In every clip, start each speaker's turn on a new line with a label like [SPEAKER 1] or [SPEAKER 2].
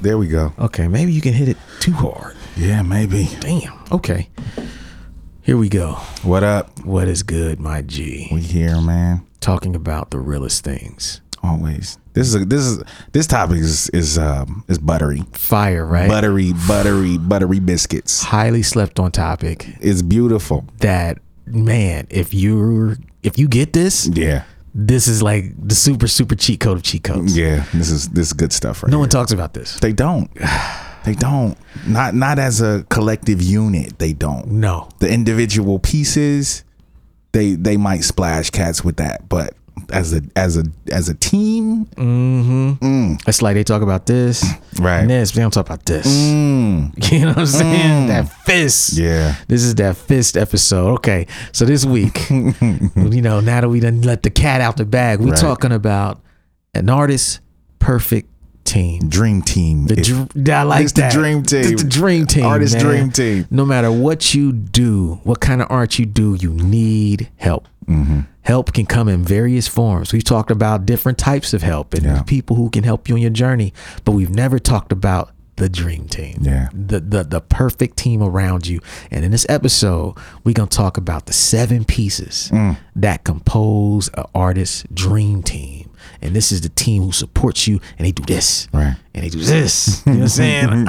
[SPEAKER 1] There we go.
[SPEAKER 2] Okay, maybe you can hit it too hard.
[SPEAKER 1] Yeah, maybe.
[SPEAKER 2] Damn. Okay. Here we go.
[SPEAKER 1] What up?
[SPEAKER 2] What is good, my G?
[SPEAKER 1] We here, man.
[SPEAKER 2] Talking about the realest things.
[SPEAKER 1] Always. This is a, this is this topic is is um is buttery,
[SPEAKER 2] Fire, right?
[SPEAKER 1] buttery, buttery, buttery biscuits.
[SPEAKER 2] Highly slept on topic
[SPEAKER 1] It's beautiful.
[SPEAKER 2] that man, if you're if you get this,
[SPEAKER 1] Yeah,
[SPEAKER 2] this is like the super super cheat code of cheat codes.
[SPEAKER 1] yeah. This is this is good stuff, right?
[SPEAKER 2] No
[SPEAKER 1] No,
[SPEAKER 2] one talks about this.
[SPEAKER 1] they don't. They don't. Not not as a collective unit. They don't.
[SPEAKER 2] No.
[SPEAKER 1] The individual pieces, they they might splash cats with that, but as a as a as a team,
[SPEAKER 2] It's like they talk about this.
[SPEAKER 1] Right. Mm.
[SPEAKER 2] And this, but they don't talk about this. You know what I'm saying? That fist.
[SPEAKER 1] Yeah.
[SPEAKER 2] This is that fist episode. Okay. So this week, you know, now that we done let the cat out the bag, we're
[SPEAKER 1] Right.
[SPEAKER 2] talking about an artist perfect team.
[SPEAKER 1] dream team.
[SPEAKER 2] The
[SPEAKER 1] if-
[SPEAKER 2] dr- I like
[SPEAKER 1] it's the
[SPEAKER 2] that.
[SPEAKER 1] dream team.
[SPEAKER 2] It's the dream team.
[SPEAKER 1] Artist
[SPEAKER 2] man.
[SPEAKER 1] dream team.
[SPEAKER 2] No matter what you do, what kind of art you do, you need help.
[SPEAKER 1] Mm-hmm.
[SPEAKER 2] Help can come in various forms. We've talked about different types of help and
[SPEAKER 1] Yeah.
[SPEAKER 2] people who can help you on your journey, but we've never talked about the dream team.
[SPEAKER 1] Yeah.
[SPEAKER 2] The the the perfect team around you. And in this episode, we're gonna talk about the seven pieces
[SPEAKER 1] Mm.
[SPEAKER 2] that compose an artist's dream team. And this is the team who supports you and they do this.
[SPEAKER 1] Right.
[SPEAKER 2] And they do this. You know what I'm saying?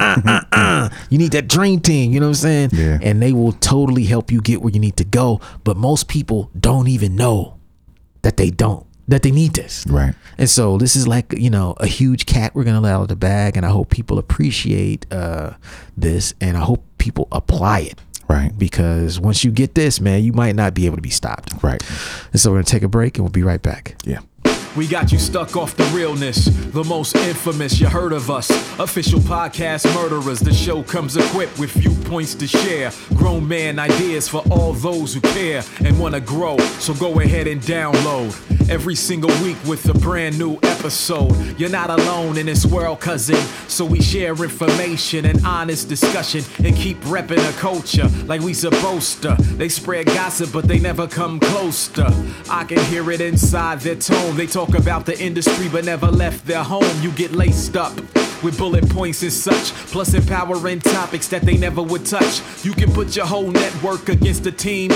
[SPEAKER 2] Uh, uh, uh. You need that dream team. You know what I'm saying?
[SPEAKER 1] Yeah.
[SPEAKER 2] And they will totally help you get where you need to go. But most people don't even know that they don't, that they need this.
[SPEAKER 1] Right.
[SPEAKER 2] And so this is like, you know, a huge cat we're going to let out of the bag. And I hope people appreciate uh, this. And I hope people apply it
[SPEAKER 1] Right.
[SPEAKER 2] because once you get this, man, you might not be able to be stopped.
[SPEAKER 1] Right.
[SPEAKER 2] And so we're going to take a break and we'll be right back.
[SPEAKER 1] Yeah.
[SPEAKER 3] We got you stuck off the realness, the most infamous you heard of us. Official podcast murderers, the show comes equipped with viewpoints to share. Grown man ideas for all those who care and want to grow. So go ahead and download every single week with a brand new episode. You're not alone in this world, cousin. So we share information and honest discussion and keep repping a culture like we supposed to. They spread gossip, but they never come close to. I can hear it inside their tone. They talk about the industry, but never left their home. You get laced up. With bullet points and such, plus empowering topics that they never would touch. You can put your whole network against a team,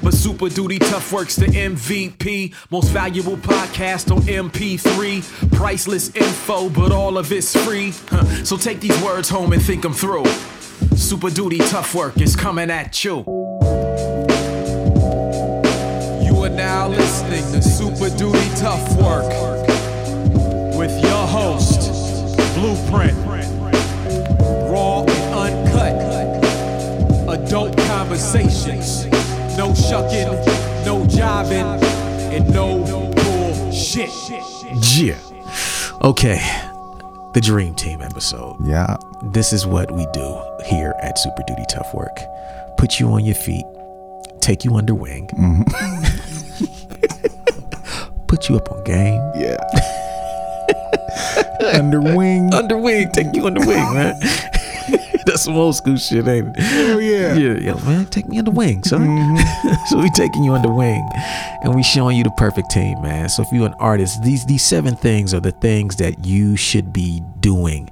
[SPEAKER 3] but Super Duty Tough Works the MVP, most valuable podcast on MP3. Priceless info, but all of it's free. Huh. So take these words home and think them through. Super Duty Tough Work is coming at you. You are now listening to Super Duty Tough Work with your host, Blueprint. Raw and uncut. Adult conversations. No shucking, no jiving, and no bullshit.
[SPEAKER 2] Yeah. Okay. The Dream Team episode.
[SPEAKER 1] Yeah.
[SPEAKER 2] This is what we do here at Super Duty Tough Work put you on your feet, take you under wing, put you up on game.
[SPEAKER 1] Yeah. Under wing.
[SPEAKER 2] Under wing, take you under wing, man. That's some old school shit, ain't it?
[SPEAKER 1] Hell yeah. Mm-hmm.
[SPEAKER 2] Yeah, yo, man, take me under wing, son. so we taking you under wing, and we showing you the perfect team, man. So if you're an artist, these these seven things are the things that you should be doing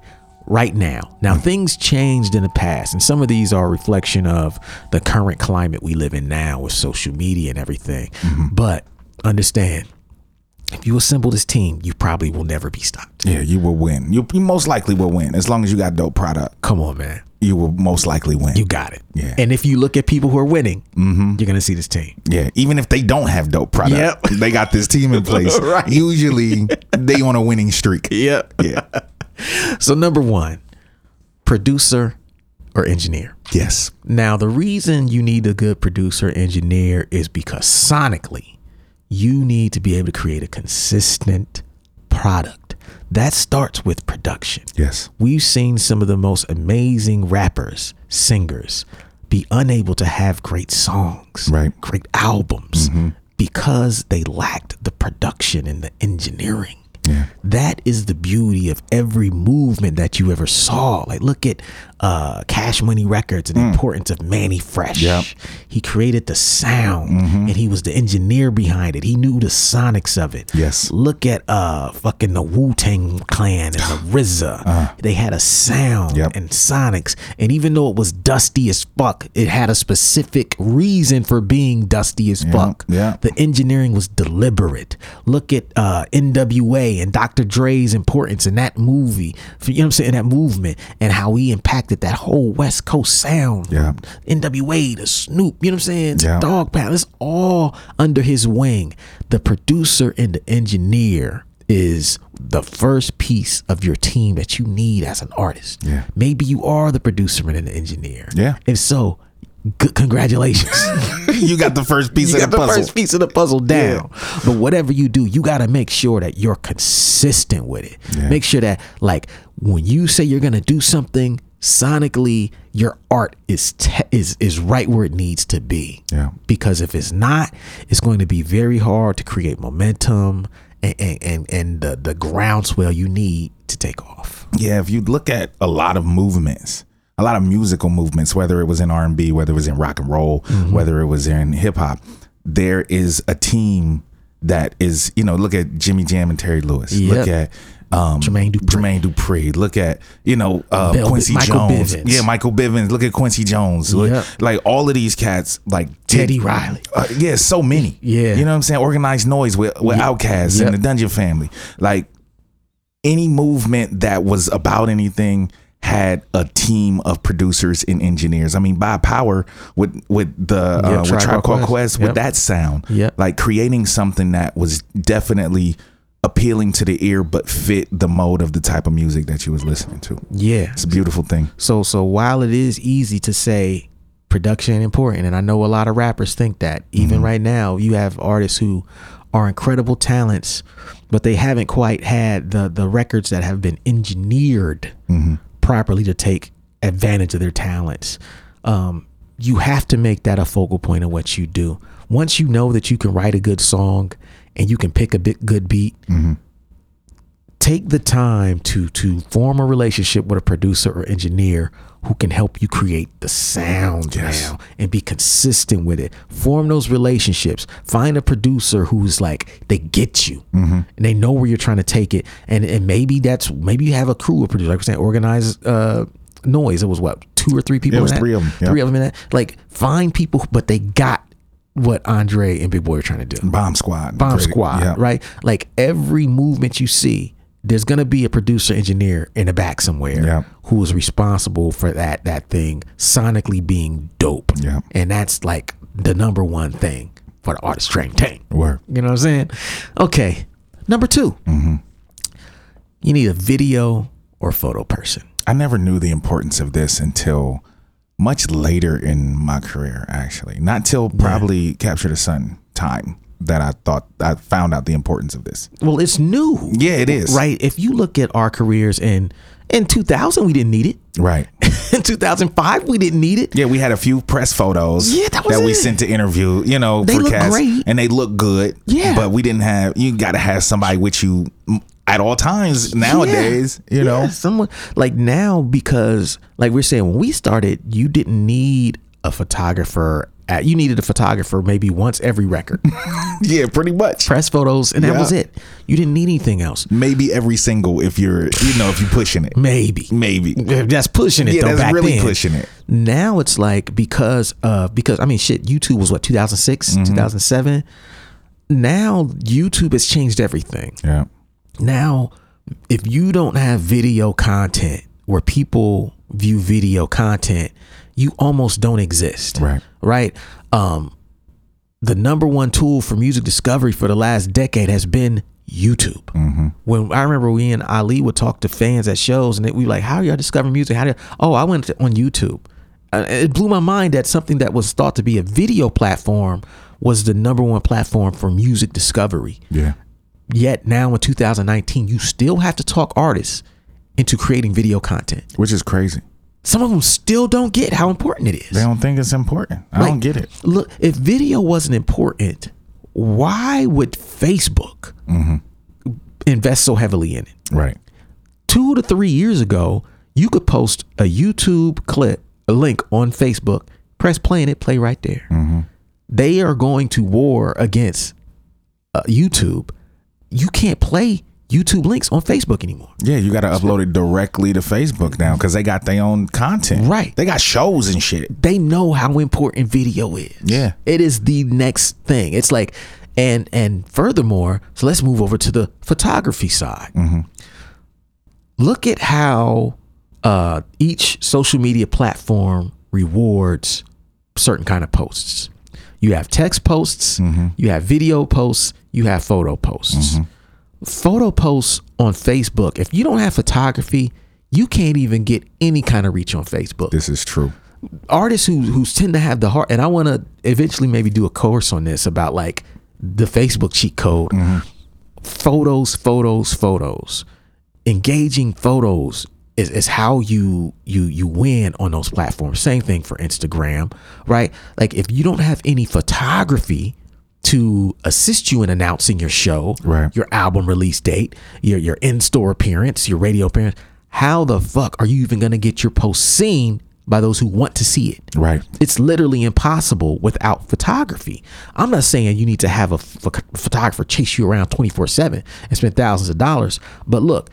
[SPEAKER 2] right now. Now things changed in the past, and some of these are a reflection of the current climate we live in now with social media and everything.
[SPEAKER 1] Mm-hmm.
[SPEAKER 2] But understand, if you assemble this team, you probably will never be stopped.
[SPEAKER 1] Yeah, you will win. You, you most likely will win. As long as you got dope product,
[SPEAKER 2] Come on, man.
[SPEAKER 1] you will most likely win.
[SPEAKER 2] You got it.
[SPEAKER 1] Yeah. Mm-hmm.
[SPEAKER 2] And if you look at people who are winning, you're gonna see this team.
[SPEAKER 1] yeah. Even if they don't have dope product,
[SPEAKER 2] Yep.
[SPEAKER 1] they got this team in place.
[SPEAKER 2] Right.
[SPEAKER 1] Usually they on a winning streak.
[SPEAKER 2] Yeah.
[SPEAKER 1] Yeah.
[SPEAKER 2] So number one, producer or engineer.
[SPEAKER 1] Yes.
[SPEAKER 2] Now the reason you need a good producer engineer is because sonically, you need to be able to create a consistent product. That starts with production.
[SPEAKER 1] Yes.
[SPEAKER 2] We've seen some of the most amazing rappers, singers be unable to have great songs,
[SPEAKER 1] Right.
[SPEAKER 2] great albums because they lacked the production and the engineering. That is the beauty of every movement that you ever saw. Like look at uh, Cash Money Records and the
[SPEAKER 1] Mm.
[SPEAKER 2] importance of Manny Fresh.
[SPEAKER 1] Yep.
[SPEAKER 2] He created the sound
[SPEAKER 1] Mm-hmm.
[SPEAKER 2] and he was the engineer behind it. He knew the sonics of it.
[SPEAKER 1] Yes.
[SPEAKER 2] Look at uh fucking the Wu Tang Clan and the RZA. They had a sound
[SPEAKER 1] Uh-huh. Yep.
[SPEAKER 2] and sonics, and even though it was dusty as fuck, it had a specific reason for being dusty as fuck.
[SPEAKER 1] yeah.
[SPEAKER 2] The engineering was deliberate. Look at uh, N.W.A. and Dr. Dre's importance in that movie. You know what I'm saying? That movement and how he impacted that whole West Coast sound.
[SPEAKER 1] Yeah.
[SPEAKER 2] NWA to Snoop, you know what I'm saying? To
[SPEAKER 1] Yeah.
[SPEAKER 2] Dog Pound. It's all under his wing. The producer and the engineer is the first piece of your team that you need as an artist.
[SPEAKER 1] Yeah.
[SPEAKER 2] Maybe you are the producer and an engineer.
[SPEAKER 1] Yeah.
[SPEAKER 2] If so, g- congratulations.
[SPEAKER 1] you got the first piece
[SPEAKER 2] you
[SPEAKER 1] of
[SPEAKER 2] got
[SPEAKER 1] the
[SPEAKER 2] the
[SPEAKER 1] puzzle.
[SPEAKER 2] first piece of the puzzle down. But whatever you do, you got to make sure that you're consistent with it.
[SPEAKER 1] Yeah.
[SPEAKER 2] Make sure that, like, when you say you're gonna do something sonically, your art is te- is is right where it needs to be.
[SPEAKER 1] Yeah.
[SPEAKER 2] Because if it's not, it's going to be very hard to create momentum and and and, and the the groundswell you need to take off.
[SPEAKER 1] yeah if you look at a lot of movements a lot of musical movements whether it was in r&b whether it was in rock and roll
[SPEAKER 2] Mm-hmm.
[SPEAKER 1] whether it was in hip-hop there is a team that is you know look at jimmy jam and terry lewis look
[SPEAKER 2] Yep.
[SPEAKER 1] at um,
[SPEAKER 2] Jermaine Dupri.
[SPEAKER 1] Jermaine Dupri. Look at you know uh,
[SPEAKER 2] Bill-
[SPEAKER 1] Quincy
[SPEAKER 2] Michael
[SPEAKER 1] Jones.
[SPEAKER 2] Bivins.
[SPEAKER 1] Yeah, Michael Bivins. Look at Quincy Jones. Look-
[SPEAKER 2] Yep.
[SPEAKER 1] Like all of these cats. Like
[SPEAKER 2] Teddy
[SPEAKER 1] did-
[SPEAKER 2] Riley.
[SPEAKER 1] uh, yeah, so many.
[SPEAKER 2] Yeah.
[SPEAKER 1] You know what I'm saying? Organized noise with, with Outkast
[SPEAKER 2] Yep.
[SPEAKER 1] and the Dungeon Family. Like any movement that was about anything had a team of producers and engineers. I mean, Bob Power with with the
[SPEAKER 2] Yeah,
[SPEAKER 1] uh, with
[SPEAKER 2] Tribe
[SPEAKER 1] Tribe
[SPEAKER 2] Called
[SPEAKER 1] Called
[SPEAKER 2] Quest.
[SPEAKER 1] Quest
[SPEAKER 2] Yep.
[SPEAKER 1] with that sound,
[SPEAKER 2] Yep.
[SPEAKER 1] like creating something that was definitely appealing to the ear, but fit the mode of the type of music that you was listening to.
[SPEAKER 2] Yeah.
[SPEAKER 1] It's a beautiful thing.
[SPEAKER 2] So so while it is easy to say production important, and I know a lot of rappers think that, even right now, you have artists who are incredible talents, but they haven't quite had the the records that have been engineered properly to take advantage of their talents. Um, you have to make that a focal point of what you do. Once you know that you can write a good song and you can pick a bit good beat, take the time to to form a relationship with a producer or engineer who can help you create the sound now and be consistent with it. Form those relationships. Find a producer who's like they get you
[SPEAKER 1] Mm-hmm.
[SPEAKER 2] and they know where you're trying to take it. And and maybe that's maybe you have a crew of producers. Like we're saying, organized uh, noise. It was what two or three people.
[SPEAKER 1] was
[SPEAKER 2] in that?
[SPEAKER 1] three of 'em, yeah.
[SPEAKER 2] Three of them in that. Like find people, who- but they got what Andre and Big Boy are trying to do.
[SPEAKER 1] Bomb Squad.
[SPEAKER 2] Bomb
[SPEAKER 1] Great.
[SPEAKER 2] Squad,
[SPEAKER 1] Yeah.
[SPEAKER 2] right? Like every movement you see, there's gonna be a producer engineer in the back somewhere
[SPEAKER 1] Yeah.
[SPEAKER 2] who is responsible for that that thing sonically being dope.
[SPEAKER 1] Yeah.
[SPEAKER 2] And that's like the number one thing for the artist train tank.
[SPEAKER 1] Word. Mm-hmm.
[SPEAKER 2] You know what I'm saying? Okay. Number 2 You need a video or photo person.
[SPEAKER 1] I never knew the importance of this until much later in my career, actually. Not till probably Capture the Sun time that I thought I found out the importance of this.
[SPEAKER 2] Well, it's new.
[SPEAKER 1] Yeah, it is.
[SPEAKER 2] Right. If you look at our careers in in 2000, we didn't need it.
[SPEAKER 1] Right.
[SPEAKER 2] In 2005, we didn't need it.
[SPEAKER 1] Yeah, we had a few press photos
[SPEAKER 2] Yeah, that was
[SPEAKER 1] we
[SPEAKER 2] it.
[SPEAKER 1] sent to interview, you know,
[SPEAKER 2] They
[SPEAKER 1] for
[SPEAKER 2] look
[SPEAKER 1] cast,
[SPEAKER 2] great.
[SPEAKER 1] And they look good.
[SPEAKER 2] Yeah.
[SPEAKER 1] But we didn't have, you got to have somebody with you mm, at all times nowadays, you know?
[SPEAKER 2] Yeah, someone like now because like we're saying when we started, you didn't need a photographer. At, you needed a photographer maybe once every record,
[SPEAKER 1] Yeah, pretty much.
[SPEAKER 2] press photos, and that
[SPEAKER 1] Yeah.
[SPEAKER 2] was it. You didn't need anything else.
[SPEAKER 1] Maybe every single if you're, you know, if you're pushing it.
[SPEAKER 2] Maybe
[SPEAKER 1] Maybe.
[SPEAKER 2] that's pushing it.
[SPEAKER 1] Yeah,
[SPEAKER 2] though,
[SPEAKER 1] that's
[SPEAKER 2] back
[SPEAKER 1] really
[SPEAKER 2] then.
[SPEAKER 1] pushing it.
[SPEAKER 2] Now it's like because of because I mean shit. YouTube was what 2006,
[SPEAKER 1] Mm-hmm.
[SPEAKER 2] 2007. Now YouTube has changed everything.
[SPEAKER 1] Yeah.
[SPEAKER 2] Now, if you don't have video content where people view video content, you almost don't exist.
[SPEAKER 1] Right.
[SPEAKER 2] Right. Um, the number one tool for music discovery for the last decade has been YouTube. When I remember we and Ali would talk to fans at shows, and they, we were like, "How y'all discover music? How do? y'all-" Oh, I went to- on YouTube. Uh, It blew my mind that something that was thought to be a video platform was the number one platform for music discovery
[SPEAKER 1] Yeah.
[SPEAKER 2] yet now in 2019 you still have to talk artists into creating video content
[SPEAKER 1] Which is crazy.
[SPEAKER 2] some of them still don't get how important it is
[SPEAKER 1] They don't think it's important. I don't
[SPEAKER 2] Like,
[SPEAKER 1] get it.
[SPEAKER 2] look if video wasn't important why would facebook invest so heavily in it.
[SPEAKER 1] Right.
[SPEAKER 2] Two to three years ago, you could post a YouTube clip, a link on Facebook, press play and it play right there. They are going to war against uh, YouTube. You can't play YouTube links on Facebook anymore.
[SPEAKER 1] Yeah, you got to upload it directly to Facebook now because they got their own content.
[SPEAKER 2] Right.
[SPEAKER 1] They got shows and shit.
[SPEAKER 2] they know how important video is.
[SPEAKER 1] Yeah.
[SPEAKER 2] It is the next thing. It's like and and furthermore, so let's move over to the photography side. Look at how uh, each social media platform rewards certain kind of posts. You have text posts, you have video posts, you have photo posts. Photo posts on Facebook. If you don't have photography, you can't even get any kind of reach on Facebook
[SPEAKER 1] This is true.
[SPEAKER 2] artists who who tend to have the heart and I want to eventually maybe do a course on this about like the Facebook cheat code photos photos photos engaging photos is, is how you you you win on those platforms same thing for Instagram right like if you don't have any photography to assist you in announcing your show
[SPEAKER 1] Right.
[SPEAKER 2] your album release date your your in-store appearance your radio appearance how the fuck are you even going to get your post seen by those who want to see it
[SPEAKER 1] Right.
[SPEAKER 2] it's literally impossible without photography. I'm not saying you need to have a ph- photographer chase you around 24 7 and spend thousands of dollars. But look,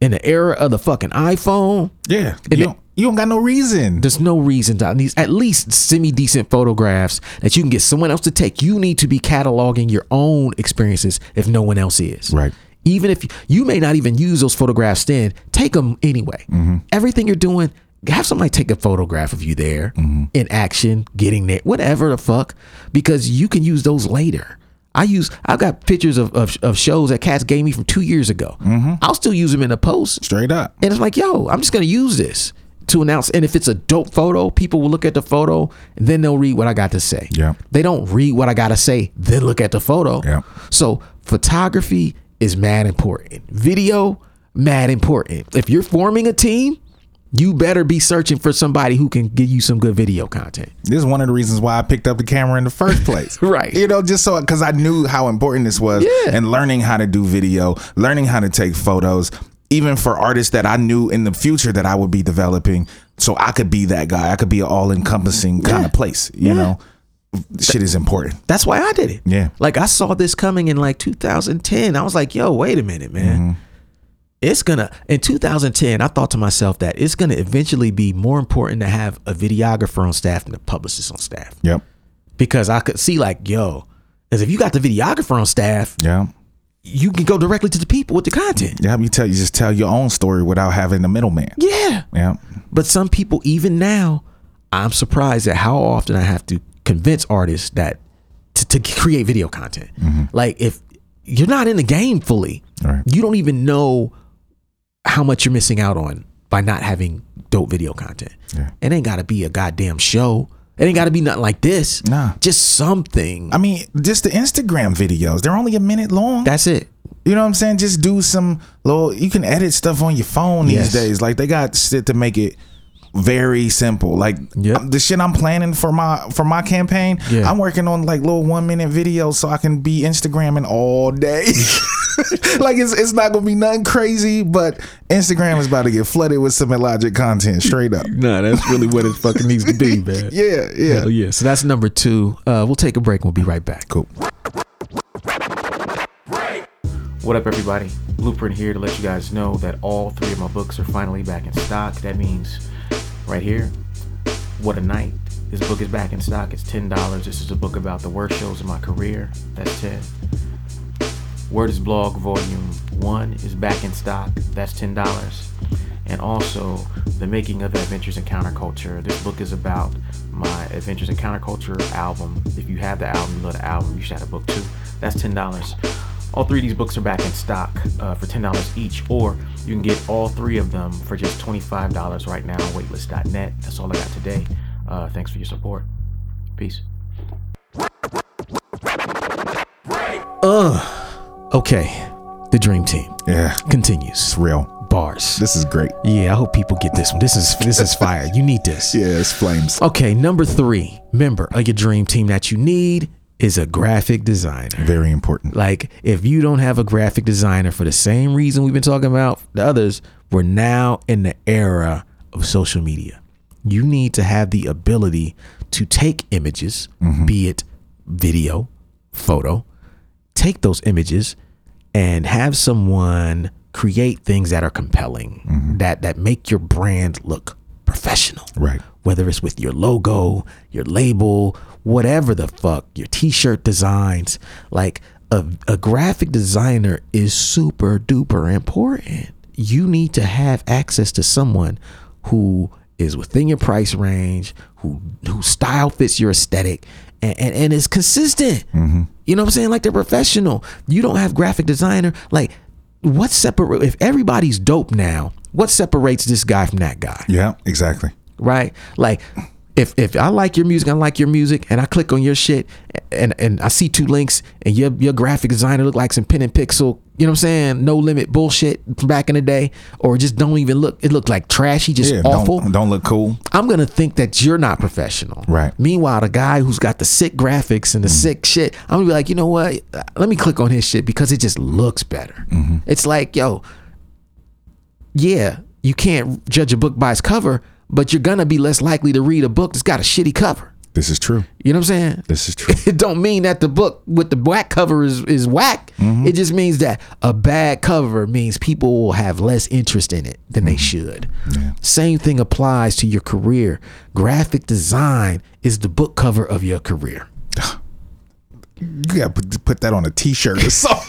[SPEAKER 2] in the era of the fucking iPhone,
[SPEAKER 1] Yeah. You don't, you don't got no reason.
[SPEAKER 2] there's no reason to at least, at least semi decent photographs that you can get someone else to take. You need to be cataloging your own experiences if no one else is.
[SPEAKER 1] Right.
[SPEAKER 2] Even if you, you may not even use those photographs then, take them anyway.
[SPEAKER 1] Mm-hmm.
[SPEAKER 2] Everything you're doing, have somebody take a photograph of you there
[SPEAKER 1] Mm-hmm.
[SPEAKER 2] in action, getting there, whatever the fuck, because you can use those later. I use I've got pictures of, of, of shows that cats gave me from two years ago.
[SPEAKER 1] Mm-hmm.
[SPEAKER 2] I'll still use them in a post.
[SPEAKER 1] Straight up.
[SPEAKER 2] And it's like, yo, I'm just gonna use this to announce. And if it's a dope photo, people will look at the photo, and then they'll read what I got to say.
[SPEAKER 1] Yeah.
[SPEAKER 2] They don't read what I gotta say, then look at the photo.
[SPEAKER 1] Yeah.
[SPEAKER 2] So photography is mad important. Video, mad important. If you're forming a team, you better be searching for somebody who can give you some good video content.
[SPEAKER 1] This is one of the reasons why I picked up the camera in the first place.
[SPEAKER 2] Right.
[SPEAKER 1] You know, just so because I knew how important this was
[SPEAKER 2] Yeah.
[SPEAKER 1] and learning how to do video, learning how to take photos, even for artists that I knew in the future that I would be developing. So I could be that guy. I could be an all encompassing kind of place. You know, shit is important.
[SPEAKER 2] That's why I did it.
[SPEAKER 1] Yeah.
[SPEAKER 2] Like I saw this coming in like 2010. I was like, yo, wait a minute, man. It's gonna in 2010, I thought to myself that it's gonna eventually be more important to have a videographer on staff than a publicist on staff.
[SPEAKER 1] Yep.
[SPEAKER 2] Because I could see like, yo, as if you got the videographer on staff,
[SPEAKER 1] Yeah.
[SPEAKER 2] you can go directly to the people with the content.
[SPEAKER 1] Yeah. You tell you just tell your own story without having the middleman.
[SPEAKER 2] Yeah.
[SPEAKER 1] Yeah.
[SPEAKER 2] But some people, even now, I'm surprised at how often I have to convince artists that to, to create video content. Like if you're not in the game fully,
[SPEAKER 1] Mm-hmm. Right.
[SPEAKER 2] you don't even know how much you're missing out on by not having dope video content.
[SPEAKER 1] Yeah.
[SPEAKER 2] It ain't gotta be a goddamn show. It ain't gotta be nothing like this.
[SPEAKER 1] Nah.
[SPEAKER 2] Just something.
[SPEAKER 1] I mean, just the Instagram videos. They're only a minute long.
[SPEAKER 2] That's it.
[SPEAKER 1] You know what I'm saying? Just do some little. You can edit stuff on your phone these
[SPEAKER 2] Yes.
[SPEAKER 1] days. Like they got shit to make it very simple. Like
[SPEAKER 2] Yep.
[SPEAKER 1] um, the shit I'm planning for my for my campaign.
[SPEAKER 2] Yeah.
[SPEAKER 1] I'm working on like little one minute videos so I can be Instagramming all day. like it's it's not gonna be nothing crazy, but Instagram is about to get flooded with some illogic content. Straight up.
[SPEAKER 2] Nah, that's really what it fucking needs to be, man.
[SPEAKER 1] Yeah, yeah.
[SPEAKER 2] Hell yeah. So that's number two. Uh, we'll take a break and we'll be right back.
[SPEAKER 1] Cool.
[SPEAKER 4] What up, everybody? Blueprint here to let you guys know that all three of my books are finally back in stock. That means right here, What a Night. This book is back in stock. It's $10. This is a book about the worst shows of my career. That's 10. Word is Blog Volume 1 is back in stock. That's $10. And also, The Making of Adventures in Counterculture. This book is about my Adventures in Counterculture album. If you have the album, you love the album, you should have a book too. That's $10. All three of these books are back in stock uh, for $10 each, or you can get all three of them for just $25 right now on waitlist.net. That's all I got today. Uh, thanks for your support. Peace.
[SPEAKER 2] Okay, the dream team
[SPEAKER 1] Yeah,
[SPEAKER 2] continues.
[SPEAKER 1] real.
[SPEAKER 2] Bars.
[SPEAKER 1] This is great.
[SPEAKER 2] Yeah, I hope people get this one. This is this is fire. You need this.
[SPEAKER 1] Yeah, it's flames.
[SPEAKER 2] Okay, number three member of your dream team that you need is a graphic designer.
[SPEAKER 1] Very important.
[SPEAKER 2] Like, if you don't have a graphic designer for the same reason we've been talking about the others, we're now in the era of social media. You need to have the ability to take images, be it video, photo, take those images and have someone create things that are compelling, that that make your brand look professional
[SPEAKER 1] Right.
[SPEAKER 2] whether it's with your logo, your label, whatever the fuck, your t-shirt designs, like a, a graphic designer is super duper important. You need to have access to someone who is within your price range, who who style fits your aesthetic and, and, and is consistent. You know what I'm saying? Like they're professional. You don't have graphic designer, like what separate if everybody's dope now, what separates this guy from that guy?
[SPEAKER 1] Yeah, exactly.
[SPEAKER 2] right? Like if if I like your music, I like your music, and I click on your shit, and and I see two links, and your your graphic designer look like some pen and pixel, you know what I'm saying? No limit bullshit from back in the day, or just don't even look. It looked like trashy, just
[SPEAKER 1] Yeah.
[SPEAKER 2] awful.
[SPEAKER 1] Don't don't look cool.
[SPEAKER 2] I'm gonna think that you're not professional.
[SPEAKER 1] Right.
[SPEAKER 2] Meanwhile, the guy who's got the sick graphics and the sick shit, I'm gonna be like, you know what? Let me click on his shit because it just looks better. It's like, yo, yeah, you can't judge a book by its cover, but you're gonna be less likely to read a book that's got a shitty cover.
[SPEAKER 1] This is true.
[SPEAKER 2] You know what I'm saying?
[SPEAKER 1] This is true.
[SPEAKER 2] it don't mean that the book with the black cover is is whack. It just means that a bad cover means people will have less interest in it than they should. Same thing applies to your career. Graphic design is the book cover of your career.
[SPEAKER 1] You gotta put, put that on a T-shirt or something.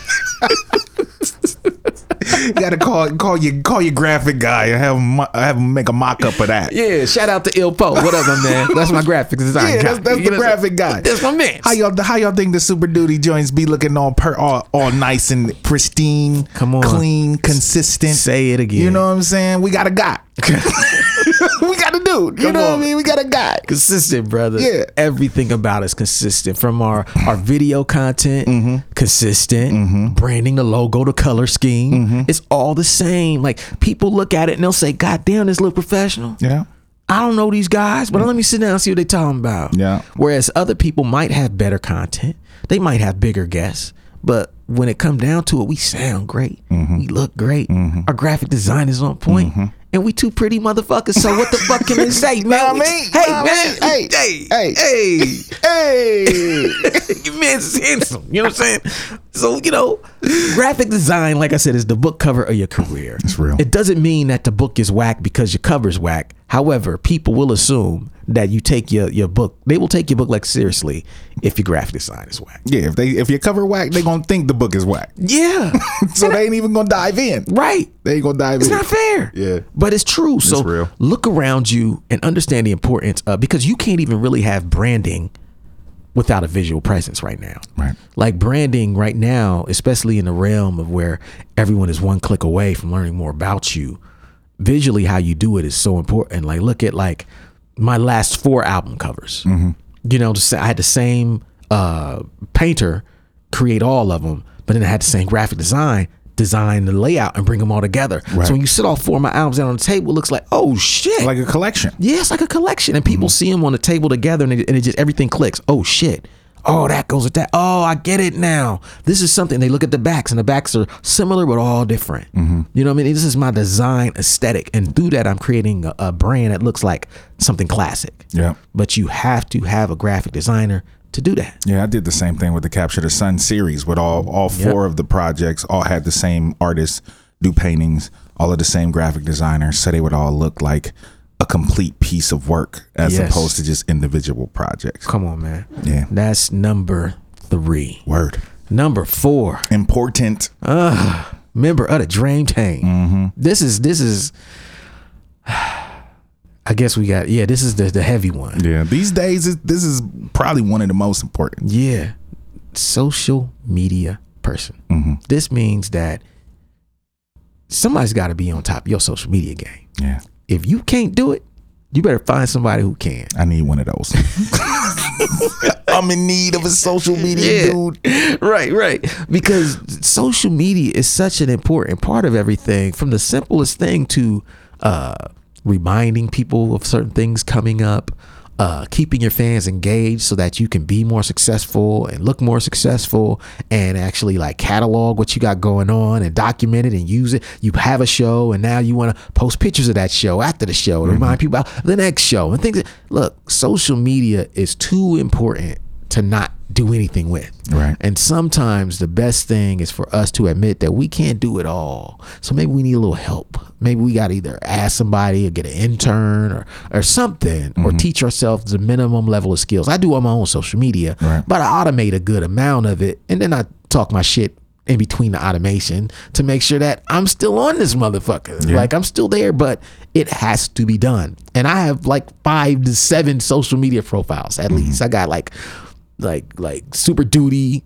[SPEAKER 1] you gotta call call your call your graphic guy and have him, mo- have him make a mock up of that.
[SPEAKER 2] Yeah, shout out to Il Po. What up, my man? That's my graphic design
[SPEAKER 1] Yeah,
[SPEAKER 2] guy.
[SPEAKER 1] that's, that's
[SPEAKER 2] You
[SPEAKER 1] the
[SPEAKER 2] know what I'm saying?
[SPEAKER 1] graphic guy.
[SPEAKER 2] That's my man.
[SPEAKER 1] How y'all how y'all think the Super Duty joints be looking all per all, all nice and pristine,
[SPEAKER 2] Come on.
[SPEAKER 1] clean, consistent?
[SPEAKER 2] Say it again.
[SPEAKER 1] You know what I'm saying? We got a guy. we got a dude. You
[SPEAKER 2] Come
[SPEAKER 1] know what
[SPEAKER 2] on.
[SPEAKER 1] I mean? We got a guy.
[SPEAKER 2] consistent, brother.
[SPEAKER 1] Yeah.
[SPEAKER 2] Everything about it's consistent. From our our video content, consistent. Branding, the logo, the color scheme. It's all the same. Like people look at it and they'll say, God damn, this look professional.
[SPEAKER 1] Yeah.
[SPEAKER 2] I don't know these guys, but let me sit down and see what they talking about.
[SPEAKER 1] Yeah.
[SPEAKER 2] Whereas other people might have better content, they might have bigger guests, but when it come down to it, we sound great,
[SPEAKER 1] Mm-hmm.
[SPEAKER 2] we look great, our graphic design is on point, and we two pretty motherfuckers. So what the fuck can they say, man?
[SPEAKER 1] Know
[SPEAKER 2] We
[SPEAKER 1] what I
[SPEAKER 2] just-
[SPEAKER 1] mean?
[SPEAKER 2] Hey,
[SPEAKER 1] Know what I
[SPEAKER 2] man,
[SPEAKER 1] mean? Hey.
[SPEAKER 2] hey, hey,
[SPEAKER 1] Hey.
[SPEAKER 2] your man's handsome. You know what I'm saying? So you know, graphic design, like I said, is the book cover of your career. It's
[SPEAKER 1] real.
[SPEAKER 2] It doesn't mean that the book is whack because your cover's whack. However, people will assume that you take your your book. They will take your book like seriously if your graphic design is whack.
[SPEAKER 1] yeah, if they if your cover whack, they gonna think the book is whack.
[SPEAKER 2] Yeah,
[SPEAKER 1] So they ain't even gonna dive in.
[SPEAKER 2] right.
[SPEAKER 1] They ain't gonna dive
[SPEAKER 2] It's
[SPEAKER 1] in.
[SPEAKER 2] not fair.
[SPEAKER 1] Yeah.
[SPEAKER 2] But it's true. so
[SPEAKER 1] real.
[SPEAKER 2] look around you and understand the importance of because you can't even really have branding without a visual presence right now.
[SPEAKER 1] Right.
[SPEAKER 2] Like branding right now, especially in the realm of where everyone is one click away from learning more about you. Visually how you do it is so important. Like look at like my last four album covers.
[SPEAKER 1] Mm-hmm.
[SPEAKER 2] You know, just- I had the same uh painter create all of them, but then I had the same graphic design design the layout and bring them all together.
[SPEAKER 1] Right.
[SPEAKER 2] So when you sit all four of my albums down on the table, it looks like, oh shit.
[SPEAKER 1] Like a collection.
[SPEAKER 2] Yeah, it's like a collection, and people see them on the table together, and it, and it just everything clicks. Oh shit! Oh, that goes with that. Oh, I get it now. This is something. They look at the backs, and the backs are similar but all different.
[SPEAKER 1] Mm-hmm.
[SPEAKER 2] You know what I mean? This is my design aesthetic, and through that, I'm creating a, a brand that looks like something classic.
[SPEAKER 1] Yeah.
[SPEAKER 2] But you have to have a graphic designer to do that.
[SPEAKER 1] Yeah, I did the same thing with the Capture the Sun series with all all four of the projects all had the same artists do paintings, all of the same graphic designers, so they would all look like a complete piece of work as
[SPEAKER 2] Yes.
[SPEAKER 1] opposed to just individual projects.
[SPEAKER 2] Come on, man.
[SPEAKER 1] Yeah.
[SPEAKER 2] That's number three.
[SPEAKER 1] Word.
[SPEAKER 2] Number four.
[SPEAKER 1] Important.
[SPEAKER 2] member of the Dream Team. This is this is. I guess we got yeah. This is the the heavy one.
[SPEAKER 1] Yeah. These days it- this is probably one of the most important.
[SPEAKER 2] Yeah, social media person. This means that somebody's got to be on top of your social media game.
[SPEAKER 1] Yeah.
[SPEAKER 2] If you can't do it, you better find somebody who can.
[SPEAKER 1] I need one of those. I'm in need of a social media dude.
[SPEAKER 2] right, right. Because social media is such an important part of everything, from the simplest thing to uh, reminding people of certain things coming up, uh, keeping your fans engaged so that you can be more successful and look more successful and actually like catalog what you got going on and document it and use it. You have a show and now you want to post pictures of that show after the show to remind people about the next show and things. Look, social media is too important to not do anything with.
[SPEAKER 1] Right.
[SPEAKER 2] And sometimes the best thing is for us to admit that we can't do it all. So maybe we need a little help. Maybe we got to either ask somebody or get an intern or or something or teach ourselves the minimum level of skills. I do on my own social media,
[SPEAKER 1] Right.
[SPEAKER 2] but I automate a good amount of it and then I talk my shit in between the automation to make sure that I'm still on this motherfucker. Like I'm still there, but it has to be done. And I have like five to seven social media profiles at least. I got like like like Super Duty,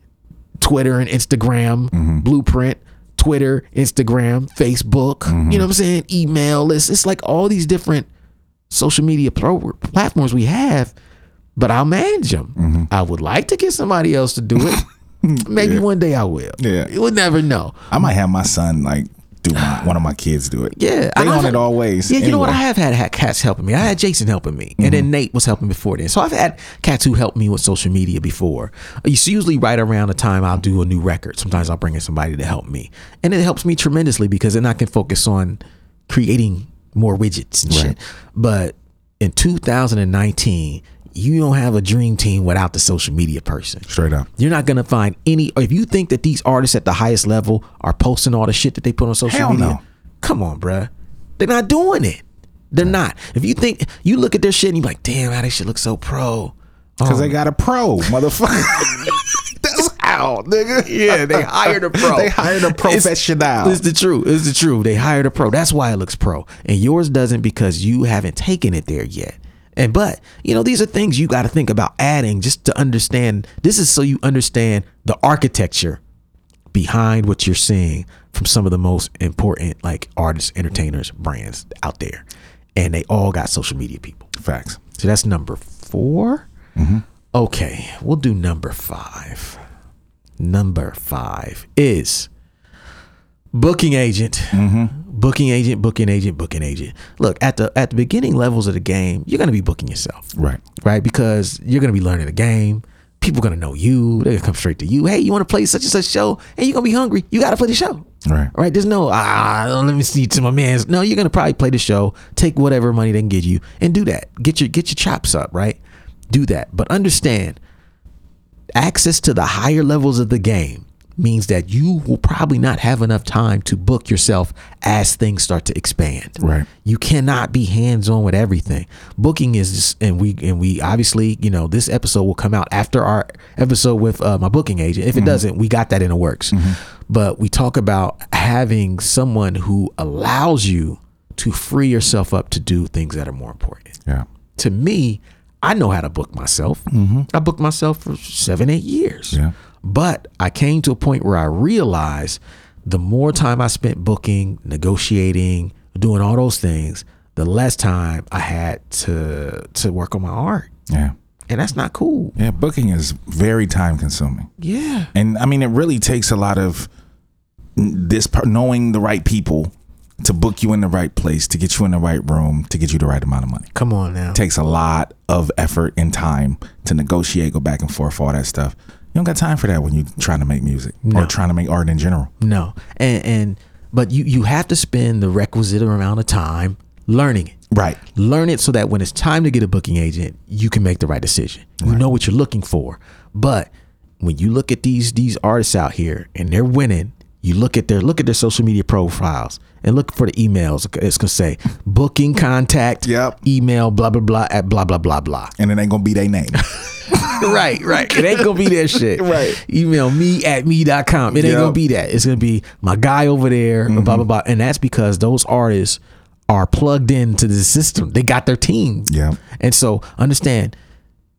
[SPEAKER 2] Twitter and Instagram, Blueprint, Twitter, Instagram, Facebook. You know what I'm saying? Email list. It's like all these different social media pro- platforms we have, but I'll manage them. I would like to get somebody else to do it. Maybe one day I will.
[SPEAKER 1] Yeah.
[SPEAKER 2] we'll never know.
[SPEAKER 1] I might have my son like do my, one of my kids do it.
[SPEAKER 2] Yeah,
[SPEAKER 1] they
[SPEAKER 2] I
[SPEAKER 1] want
[SPEAKER 2] have-
[SPEAKER 1] it always.
[SPEAKER 2] Yeah, you know what? I
[SPEAKER 1] anyway. Mm-hmm.
[SPEAKER 2] have had, had cats helping me. I had Jason helping me, and then Nate was helping before then. So I've had cats who helped me with social media before. It's usually right around the time I'll do a new record. Sometimes I'll bring in somebody to help me, and it helps me tremendously because then I can focus on creating more widgets and shit. But in 2019, you don't have a dream team without the social media person.
[SPEAKER 1] Straight up.
[SPEAKER 2] You're not gonna find any. Or if you think that these artists at the highest level are posting all the shit that they put on social
[SPEAKER 1] Hell
[SPEAKER 2] media,
[SPEAKER 1] no.
[SPEAKER 2] come on, bruh. They're not doing it. They're not. If you think you look at their shit and you're like, damn, how they shit look so pro.
[SPEAKER 1] Because they got a pro, motherfucker. Um, That's how, nigga. Yeah,
[SPEAKER 2] Uh, they hired a pro.
[SPEAKER 1] they hired a professional.
[SPEAKER 2] It's the truth. It's the truth. They hired a pro. That's why it looks pro. And yours doesn't because you haven't taken it there yet. And but, you know, these are things you got to think about adding just to understand. This is so you understand the architecture behind what you're seeing from some of the most important like artists, entertainers, brands out there. And they all got social media people.
[SPEAKER 1] Facts.
[SPEAKER 2] So that's number 4 Okay, we'll do number five. Number five is booking agent. Booking agent, booking agent, booking agent. Look, at the at the beginning levels of the game, you're gonna be booking yourself
[SPEAKER 1] Right.
[SPEAKER 2] right? Because you're gonna be learning the game. People gonna know you. They're gonna come straight to you. Hey, you wanna play such and such show? And you're gonna be hungry. You gotta play the show.
[SPEAKER 1] Right.
[SPEAKER 2] Right. There's no ah let me see to my man's. No, you're gonna probably play the show, take whatever money they can give you, and do that. Get your get your chops up, right? Do that. But understand access to the higher levels of the game means that you will probably not have enough time to book yourself as things start to expand.
[SPEAKER 1] Right.
[SPEAKER 2] You cannot be hands on with everything. Booking is just, and we and we obviously, you know, this episode will come out after our episode with uh, my booking agent. If it doesn't, we got that in the works. But we talk about having someone who allows you to free yourself up to do things that are more important
[SPEAKER 1] Yeah.
[SPEAKER 2] to me, I know how to book myself. I booked myself for seven, eight years.
[SPEAKER 1] Yeah.
[SPEAKER 2] But I came to a point where I realized the more time I spent booking, negotiating, doing all those things, the less time I had to to work on my art.
[SPEAKER 1] Yeah.
[SPEAKER 2] And that's not cool.
[SPEAKER 1] Yeah. Booking is very time consuming.
[SPEAKER 2] Yeah.
[SPEAKER 1] And I mean, it really takes a lot of this per- knowing the right people to book you in the right place, to get you in the right room, to get you the right amount of money.
[SPEAKER 2] Come on now.
[SPEAKER 1] takes a lot of effort and time to negotiate, go back and forth, all that stuff. You don't got time for that when you're trying to make music or trying to make art in general.
[SPEAKER 2] No. And and but you you have to spend the requisite amount of time learning it.
[SPEAKER 1] Right.
[SPEAKER 2] learn it so that when it's time to get a booking agent you can make the right decision you know what you're looking for but when you look at these these artists out here and they're winning you look at their look at their social media profiles and look for the emails it's gonna say booking contact
[SPEAKER 1] Yep.
[SPEAKER 2] email blah blah blah at blah blah blah blah
[SPEAKER 1] And it ain't gonna be their name.
[SPEAKER 2] right, right. It ain't gonna be that shit.
[SPEAKER 1] Right.
[SPEAKER 2] Email me at me.com. It ain't
[SPEAKER 1] Yep. Mm-hmm.
[SPEAKER 2] gonna be that. It's gonna be my guy over there, blah, blah, blah. And that's because those artists are plugged into the system. They got their team.
[SPEAKER 1] Yeah.
[SPEAKER 2] And so understand,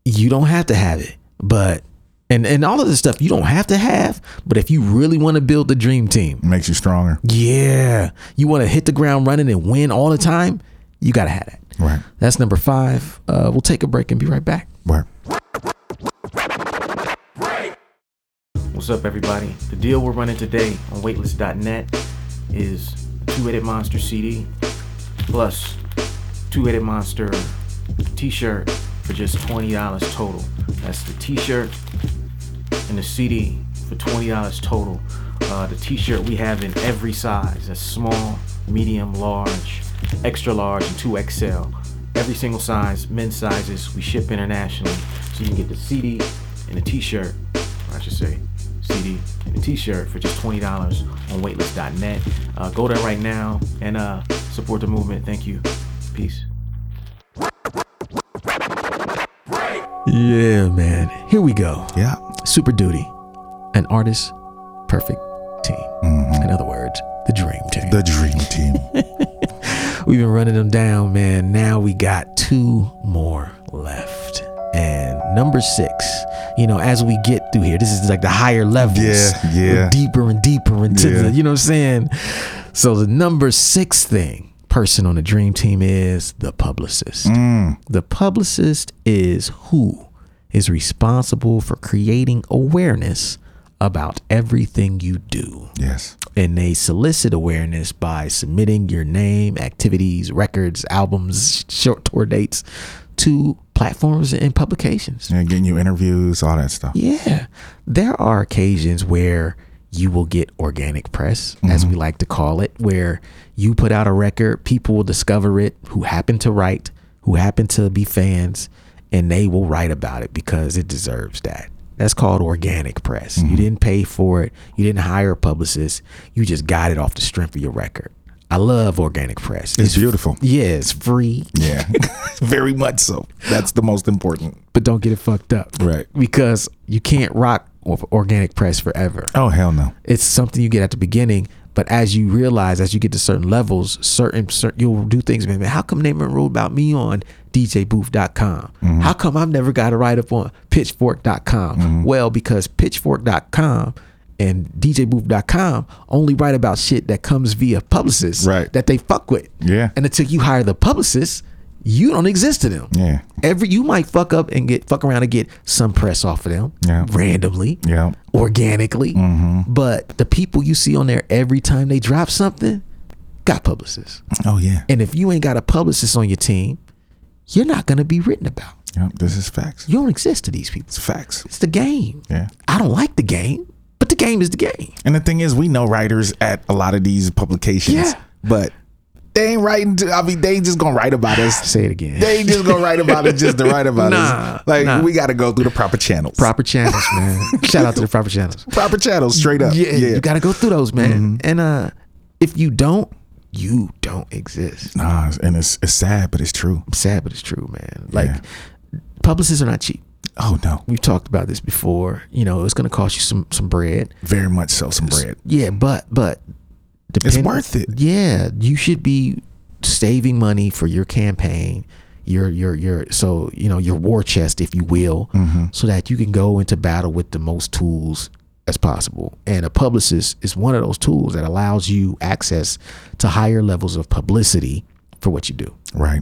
[SPEAKER 2] you don't have to have it, but and and all of this stuff you don't have to have, but if you really want to build the dream team,
[SPEAKER 1] Makes you stronger.
[SPEAKER 2] yeah, you want to hit the ground running and win all the time, you gotta have that.
[SPEAKER 1] Right.
[SPEAKER 2] That's number five. Uh, we'll take a break and be right back.
[SPEAKER 1] Right.
[SPEAKER 4] What's up, everybody? The deal we're running today on Weightless.net is a two-headed monster CD plus two-headed monster T-shirt for just $20 total. That's the t shirt and the CD for $20 total. Uh, the t shirt we have in every size that's small, medium, large, extra large, and 2XL. Every single size, men's sizes, we ship internationally. So you can get the CD and the t shirt, I should say, CD and a T-shirt for just twenty dollars on Weightless.net. Uh, go there right now and uh, support the movement. Thank you. Peace.
[SPEAKER 2] Yeah, man. Here we go.
[SPEAKER 1] Yeah.
[SPEAKER 2] Super Duty, an artist, perfect team. In other words, the dream team.
[SPEAKER 1] The dream team.
[SPEAKER 2] We've been running them down, man. Now we got two more left. And number six, you know, as we get through here, this is like the higher levels.
[SPEAKER 1] Yeah,
[SPEAKER 2] We're
[SPEAKER 1] yeah.
[SPEAKER 2] deeper and deeper into
[SPEAKER 1] Yeah.
[SPEAKER 2] the, you know what I'm saying? So the number six thing, person on the dream team is the publicist.
[SPEAKER 1] Mm.
[SPEAKER 2] The publicist is who is responsible for creating awareness about everything you do
[SPEAKER 1] yes.
[SPEAKER 2] and they solicit awareness by submitting your name, activities, records, albums, short tour dates to platforms and publications.
[SPEAKER 1] And getting you interviews, all that stuff.
[SPEAKER 2] Yeah, there are occasions where you will get organic press, as
[SPEAKER 1] Mm-hmm.
[SPEAKER 2] we like to call it, where you put out a record, people will discover it who happen to write, who happen to be fans, and they will write about it because it deserves that. That's called organic press.
[SPEAKER 1] Mm-hmm.
[SPEAKER 2] You didn't pay for it. You didn't hire a publicist. You just got it off the strength of your record. I love organic press.
[SPEAKER 1] It's beautiful.
[SPEAKER 2] yeah, it's free,
[SPEAKER 1] Yeah. Very much so. That's the most important.
[SPEAKER 2] but don't get it fucked up.
[SPEAKER 1] Right.
[SPEAKER 2] Because you can't rock with organic press forever.
[SPEAKER 1] Oh hell no.
[SPEAKER 2] it's something you get at the beginning but as you realize as you get to certain levels certain, certain you'll do things man, man how come they wrote about me on djbooth.com
[SPEAKER 1] Mm-hmm.
[SPEAKER 2] how come i've never got a write-up on pitchfork.com
[SPEAKER 1] Mm-hmm.
[SPEAKER 2] well because pitchfork.com and djbooth.com only write about shit that comes via publicists
[SPEAKER 1] Right.
[SPEAKER 2] that they fuck with
[SPEAKER 1] Yeah.
[SPEAKER 2] and until you hire the publicist you don't exist to them
[SPEAKER 1] Yeah.
[SPEAKER 2] every you might fuck up and get fuck around and get some press off of them
[SPEAKER 1] Yeah.
[SPEAKER 2] randomly
[SPEAKER 1] Yeah. Mm-hmm.
[SPEAKER 2] organically. But the people you see on there every time they drop something got publicists.
[SPEAKER 1] Oh yeah.
[SPEAKER 2] And if you ain't got a publicist on your team, you're not going to be written about.
[SPEAKER 1] Yeah. This is facts.
[SPEAKER 2] You don't exist to these people.
[SPEAKER 1] It's facts.
[SPEAKER 2] It's the game.
[SPEAKER 1] Yeah.
[SPEAKER 2] I don't like the game, but the game is the game.
[SPEAKER 1] And the thing is, we know writers at a lot of these publications,
[SPEAKER 2] Yeah.
[SPEAKER 1] but they ain't writing. To, I mean, they just gonna write about us.
[SPEAKER 2] Say it again.
[SPEAKER 1] They ain't just gonna write about it just to write about
[SPEAKER 2] Nah,
[SPEAKER 1] us. Like
[SPEAKER 2] nah.
[SPEAKER 1] we got to go through the proper channels.
[SPEAKER 2] proper channels, man. Shout out to the proper channels.
[SPEAKER 1] proper channels, straight up.
[SPEAKER 2] Yeah,
[SPEAKER 1] Uh, Yeah. Mm-hmm.
[SPEAKER 2] you got to go through those, man. And uh if you don't, you don't exist.
[SPEAKER 1] nah, and it's it's sad, but it's true.
[SPEAKER 2] Sad, but it's true, man. Like publicists are not cheap.
[SPEAKER 1] Oh no,
[SPEAKER 2] we've talked about this before. You know, it's going to cost you some some bread.
[SPEAKER 1] very much so. Some bread.
[SPEAKER 2] Yeah, but but depend-
[SPEAKER 1] worth it.
[SPEAKER 2] Yeah, you should be saving money for your campaign, your your your so you know your war chest, if you will,
[SPEAKER 1] Mm-hmm.
[SPEAKER 2] so that you can go into battle with the most tools as possible. And a publicist is one of those tools that allows you access to higher levels of publicity for what you do
[SPEAKER 1] Right.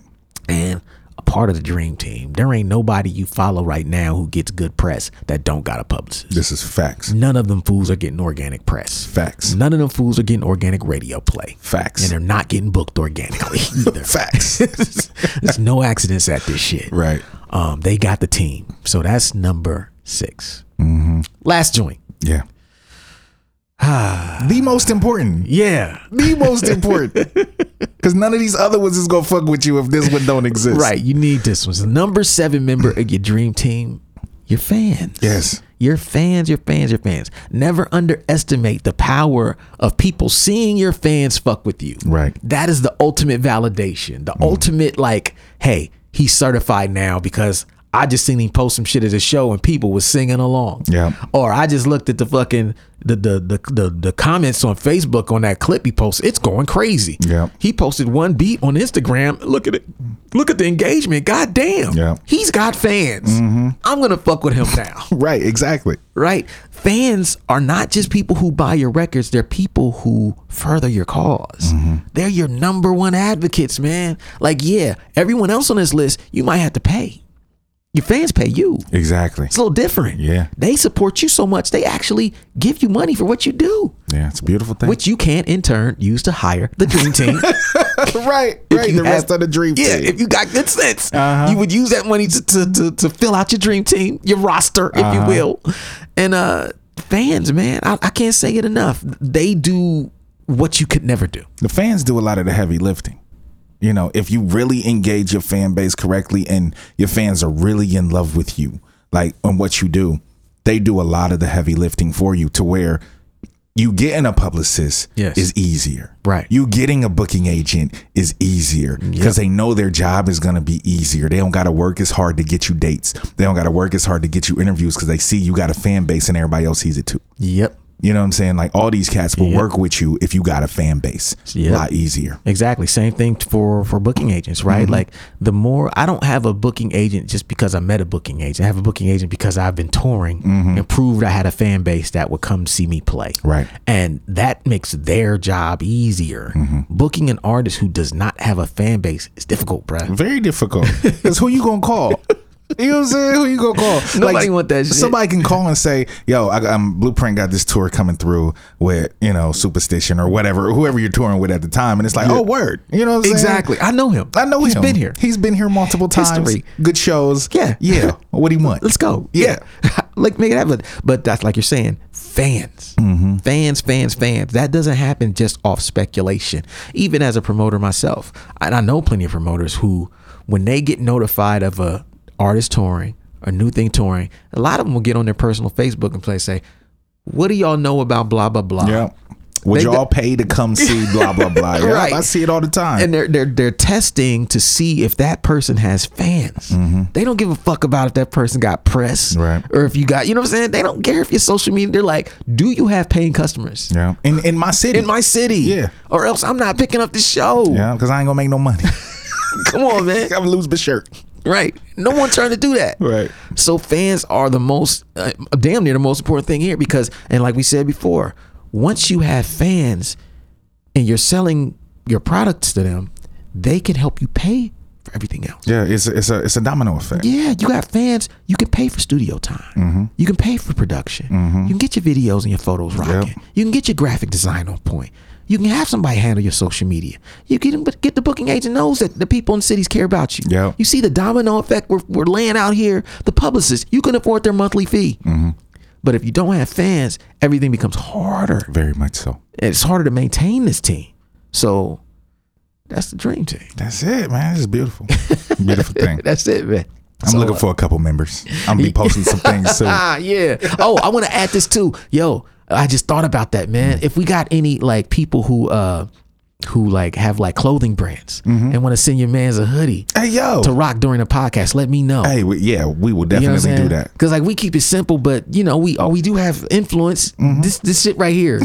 [SPEAKER 2] and a part of the dream team. There ain't nobody you follow right now who gets good press that don't got a publicist.
[SPEAKER 1] This is facts.
[SPEAKER 2] None of them fools are getting organic press.
[SPEAKER 1] Facts.
[SPEAKER 2] None of them fools are getting organic radio play. And
[SPEAKER 1] Facts.
[SPEAKER 2] they're not getting booked organically either.
[SPEAKER 1] Facts.
[SPEAKER 2] There's no accidents at this shit.
[SPEAKER 1] right.
[SPEAKER 2] Um, they got the team. So that's number 6
[SPEAKER 1] Mm-hmm.
[SPEAKER 2] Last joint.
[SPEAKER 1] Yeah. the most important.
[SPEAKER 2] Yeah.
[SPEAKER 1] The most important. Because none of these other ones is gonna fuck with you if this one don't exist.
[SPEAKER 2] Right. You need this one. So number seven member of your dream team, your fans.
[SPEAKER 1] Yes.
[SPEAKER 2] Your fans, your fans, your fans. Never underestimate the power of people seeing your fans fuck with you.
[SPEAKER 1] Right. Mm.
[SPEAKER 2] That is the ultimate validation. The ultimate, like, hey, he's certified now because I just seen him post some shit at a show and people was singing along.
[SPEAKER 1] Yeah.
[SPEAKER 2] Or I just looked at the fucking the the the the, the comments on Facebook on that clip he posted. It's going crazy.
[SPEAKER 1] Yeah.
[SPEAKER 2] He posted one beat on Instagram. Look at it. Look at the engagement. God damn.
[SPEAKER 1] Yeah. Mm-hmm.
[SPEAKER 2] He's got fans. I'm gonna fuck with him now
[SPEAKER 1] Right. Exactly.
[SPEAKER 2] right? Fans are not just people who buy your records, they're people who further your because They're your number one advocates, man. Like, yeah, everyone else on this list, you might have to pay. Your fans pay you.
[SPEAKER 1] Exactly.
[SPEAKER 2] It's a little different.
[SPEAKER 1] Yeah.
[SPEAKER 2] They support you so much, they actually give you money for what you do,
[SPEAKER 1] Yeah. It's a beautiful thing.
[SPEAKER 2] which you can in turn use to hire the dream team
[SPEAKER 1] right,
[SPEAKER 2] If
[SPEAKER 1] right.
[SPEAKER 2] you
[SPEAKER 1] The rest
[SPEAKER 2] have-
[SPEAKER 1] of the dream
[SPEAKER 2] Yeah,
[SPEAKER 1] team.
[SPEAKER 2] if you got good sense, you would use that money to, to, to, to fill out your dream team, your roster, if you will. And uh, fans, man, I, I can't say it enough. They do what you could never do.
[SPEAKER 1] the fans do a lot of the heavy lifting. You know, if you really engage your fan base correctly and your fans are really in love with you, like on what you do, they do a lot of the heavy lifting for you to where you getting a publicist
[SPEAKER 2] Yes.
[SPEAKER 1] is easier.
[SPEAKER 2] Right.
[SPEAKER 1] You getting a booking agent is easier because they know their job is going to be easier. They don't got to work as hard to get you dates. They don't got to work as hard to get you interviews because they see you got a fan base and everybody else sees it too.
[SPEAKER 2] Yep.
[SPEAKER 1] You know what I'm saying? Like all these cats will work with you if you got a fan base. A
[SPEAKER 2] Yeah.
[SPEAKER 1] lot easier.
[SPEAKER 2] Exactly. Same thing for for booking agents, right? Like the more I don't have a booking agent just because I met a booking agent. I have a booking agent because I've been touring and proved I had a fan base that would come see me play.
[SPEAKER 1] Right.
[SPEAKER 2] And that makes their job easier. Booking an artist who does not have a fan base is difficult, bruh.
[SPEAKER 1] Very difficult. Because who you gonna call? You know what I'm saying? Who you gonna call?
[SPEAKER 2] Nobody want that shit.
[SPEAKER 1] Somebody can call and say, "Yo, I, um Blueprint got this tour coming through with you know Superstition or whatever, whoever you're touring with at the time," and it's like, "Oh, word!" You know what I'm
[SPEAKER 2] Exactly. I know him.
[SPEAKER 1] saying? I know
[SPEAKER 2] he's
[SPEAKER 1] him.
[SPEAKER 2] been here.
[SPEAKER 1] He's been here multiple times.
[SPEAKER 2] History.
[SPEAKER 1] Good shows.
[SPEAKER 2] Yeah.
[SPEAKER 1] yeah. What do you want?
[SPEAKER 2] Let's go.
[SPEAKER 1] Yeah.
[SPEAKER 2] like make it happen. But that's like you're saying, fans.
[SPEAKER 1] Mm-hmm.
[SPEAKER 2] Fans, fans, fans. That doesn't happen just off speculation. Even as a promoter myself. And I know plenty of promoters who when they get notified of a artist touring, a new thing touring, a lot of them will get on their personal Facebook and play say, What do y'all know about blah blah blah?
[SPEAKER 1] Yeah. Would
[SPEAKER 2] They-
[SPEAKER 1] y'all pay to come see blah blah blah? Yeah,
[SPEAKER 2] Right.
[SPEAKER 1] I see it all the time.
[SPEAKER 2] and they're they're they're testing to see if that person has fans. They don't give a fuck about if that person got press,
[SPEAKER 1] Mm-hmm. Right.
[SPEAKER 2] Or if you got, you know what I'm saying. They don't care if you're social media. They're like, do you have paying customers
[SPEAKER 1] yeah. In in my city.
[SPEAKER 2] in my city?
[SPEAKER 1] Yeah.
[SPEAKER 2] Or else I'm not picking up the show.
[SPEAKER 1] yeah, because I ain't gonna make no money.
[SPEAKER 2] Come on, man.
[SPEAKER 1] I'm gonna lose my shirt.
[SPEAKER 2] Right. No one trying to do that.
[SPEAKER 1] Right.
[SPEAKER 2] So fans are the most, uh, damn near the most important thing here because, and like we said before, once you have fans and you're selling your products to them, they can help you pay for everything else.
[SPEAKER 1] Yeah, it's a, it's a it's a domino effect.
[SPEAKER 2] Yeah, you got fans. You can pay for studio time. You can pay for production. You can get your videos and your photos rocking. You can get your graphic design on point. You can have somebody handle your social media. You can but get the booking agent knows that the people in cities care about you.
[SPEAKER 1] Yep.
[SPEAKER 2] You see the domino effect we're, we're laying out here. The publicists, you can afford their monthly fee. But if you don't have fans, everything becomes harder.
[SPEAKER 1] Very much so.
[SPEAKER 2] And It's harder to maintain this team. So that's the dream team.
[SPEAKER 1] That's it, man. It's beautiful. Beautiful thing.
[SPEAKER 2] That's it, man.
[SPEAKER 1] I'm looking for a couple members. I'm gonna be posting some things soon.
[SPEAKER 2] Ah, yeah. Oh, I want to add this too. Yo, I just thought about that, man.
[SPEAKER 1] Mm.
[SPEAKER 2] If we got any like people who uh who like have like clothing brands
[SPEAKER 1] Mm-hmm.
[SPEAKER 2] and want to send your man's a hoodie
[SPEAKER 1] Hey yo.
[SPEAKER 2] to rock during the podcast, let me know.
[SPEAKER 1] Hey, we, yeah, we will
[SPEAKER 2] You know
[SPEAKER 1] definitely do
[SPEAKER 2] what I'm
[SPEAKER 1] that.
[SPEAKER 2] Because like we keep it simple, but you know we oh we do have influence.
[SPEAKER 1] Mm-hmm.
[SPEAKER 2] This this shit right here,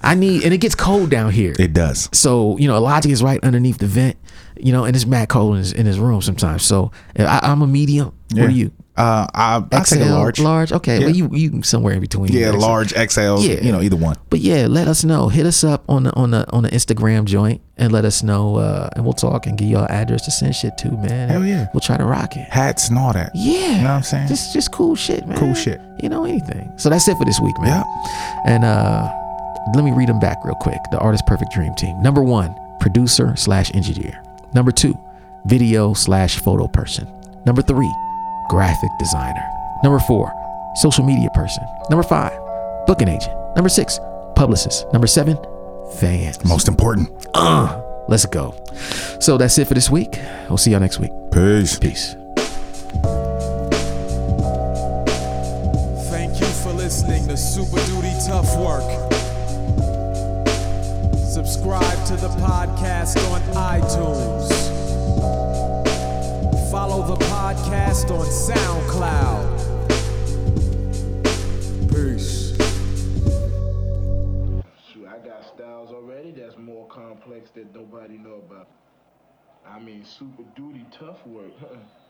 [SPEAKER 2] I need, and it gets cold down here.
[SPEAKER 1] It does.
[SPEAKER 2] So you know, Logic is right underneath the vent. You know, and it's mad cold in his, in his room sometimes. So I, I'm a medium.
[SPEAKER 1] Yeah.
[SPEAKER 2] What are you?
[SPEAKER 1] Uh, I, I take a
[SPEAKER 2] XL,
[SPEAKER 1] large.
[SPEAKER 2] Large. Okay.
[SPEAKER 1] Yeah.
[SPEAKER 2] Well, you you somewhere in between.
[SPEAKER 1] Yeah,
[SPEAKER 2] XL.
[SPEAKER 1] large XL.
[SPEAKER 2] Yeah.
[SPEAKER 1] You know, either one.
[SPEAKER 2] But yeah, let us know. Hit us up on the on the on the Instagram joint and let us know, uh, and we'll talk and give y'all address to send shit to, man.
[SPEAKER 1] Hell yeah.
[SPEAKER 2] We'll try to rock it.
[SPEAKER 1] Hats and all that.
[SPEAKER 2] Yeah.
[SPEAKER 1] You know what I'm saying?
[SPEAKER 2] Just just cool shit, man.
[SPEAKER 1] Cool shit.
[SPEAKER 2] You know anything. So that's it for this week, man. And uh, let me read them back real quick. The Artist Perfect Dream Team. Number one, producer slash engineer. Number two, video slash photo person. Number three, graphic designer. Number four, social media person. Number five, booking agent. Number six, publicist. Number seven, fans.
[SPEAKER 1] Most important.
[SPEAKER 2] Let's go. So that's it for this week. We'll see y'all next week.
[SPEAKER 1] Peace.
[SPEAKER 2] Peace.
[SPEAKER 3] Thank you for listening to Super Duty Tough Work. Subscribe to the podcast on iTunes. Follow the podcast on SoundCloud. Peace.
[SPEAKER 5] Shoot, I got styles already that's more complex that nobody know about. I mean, super duty tough work.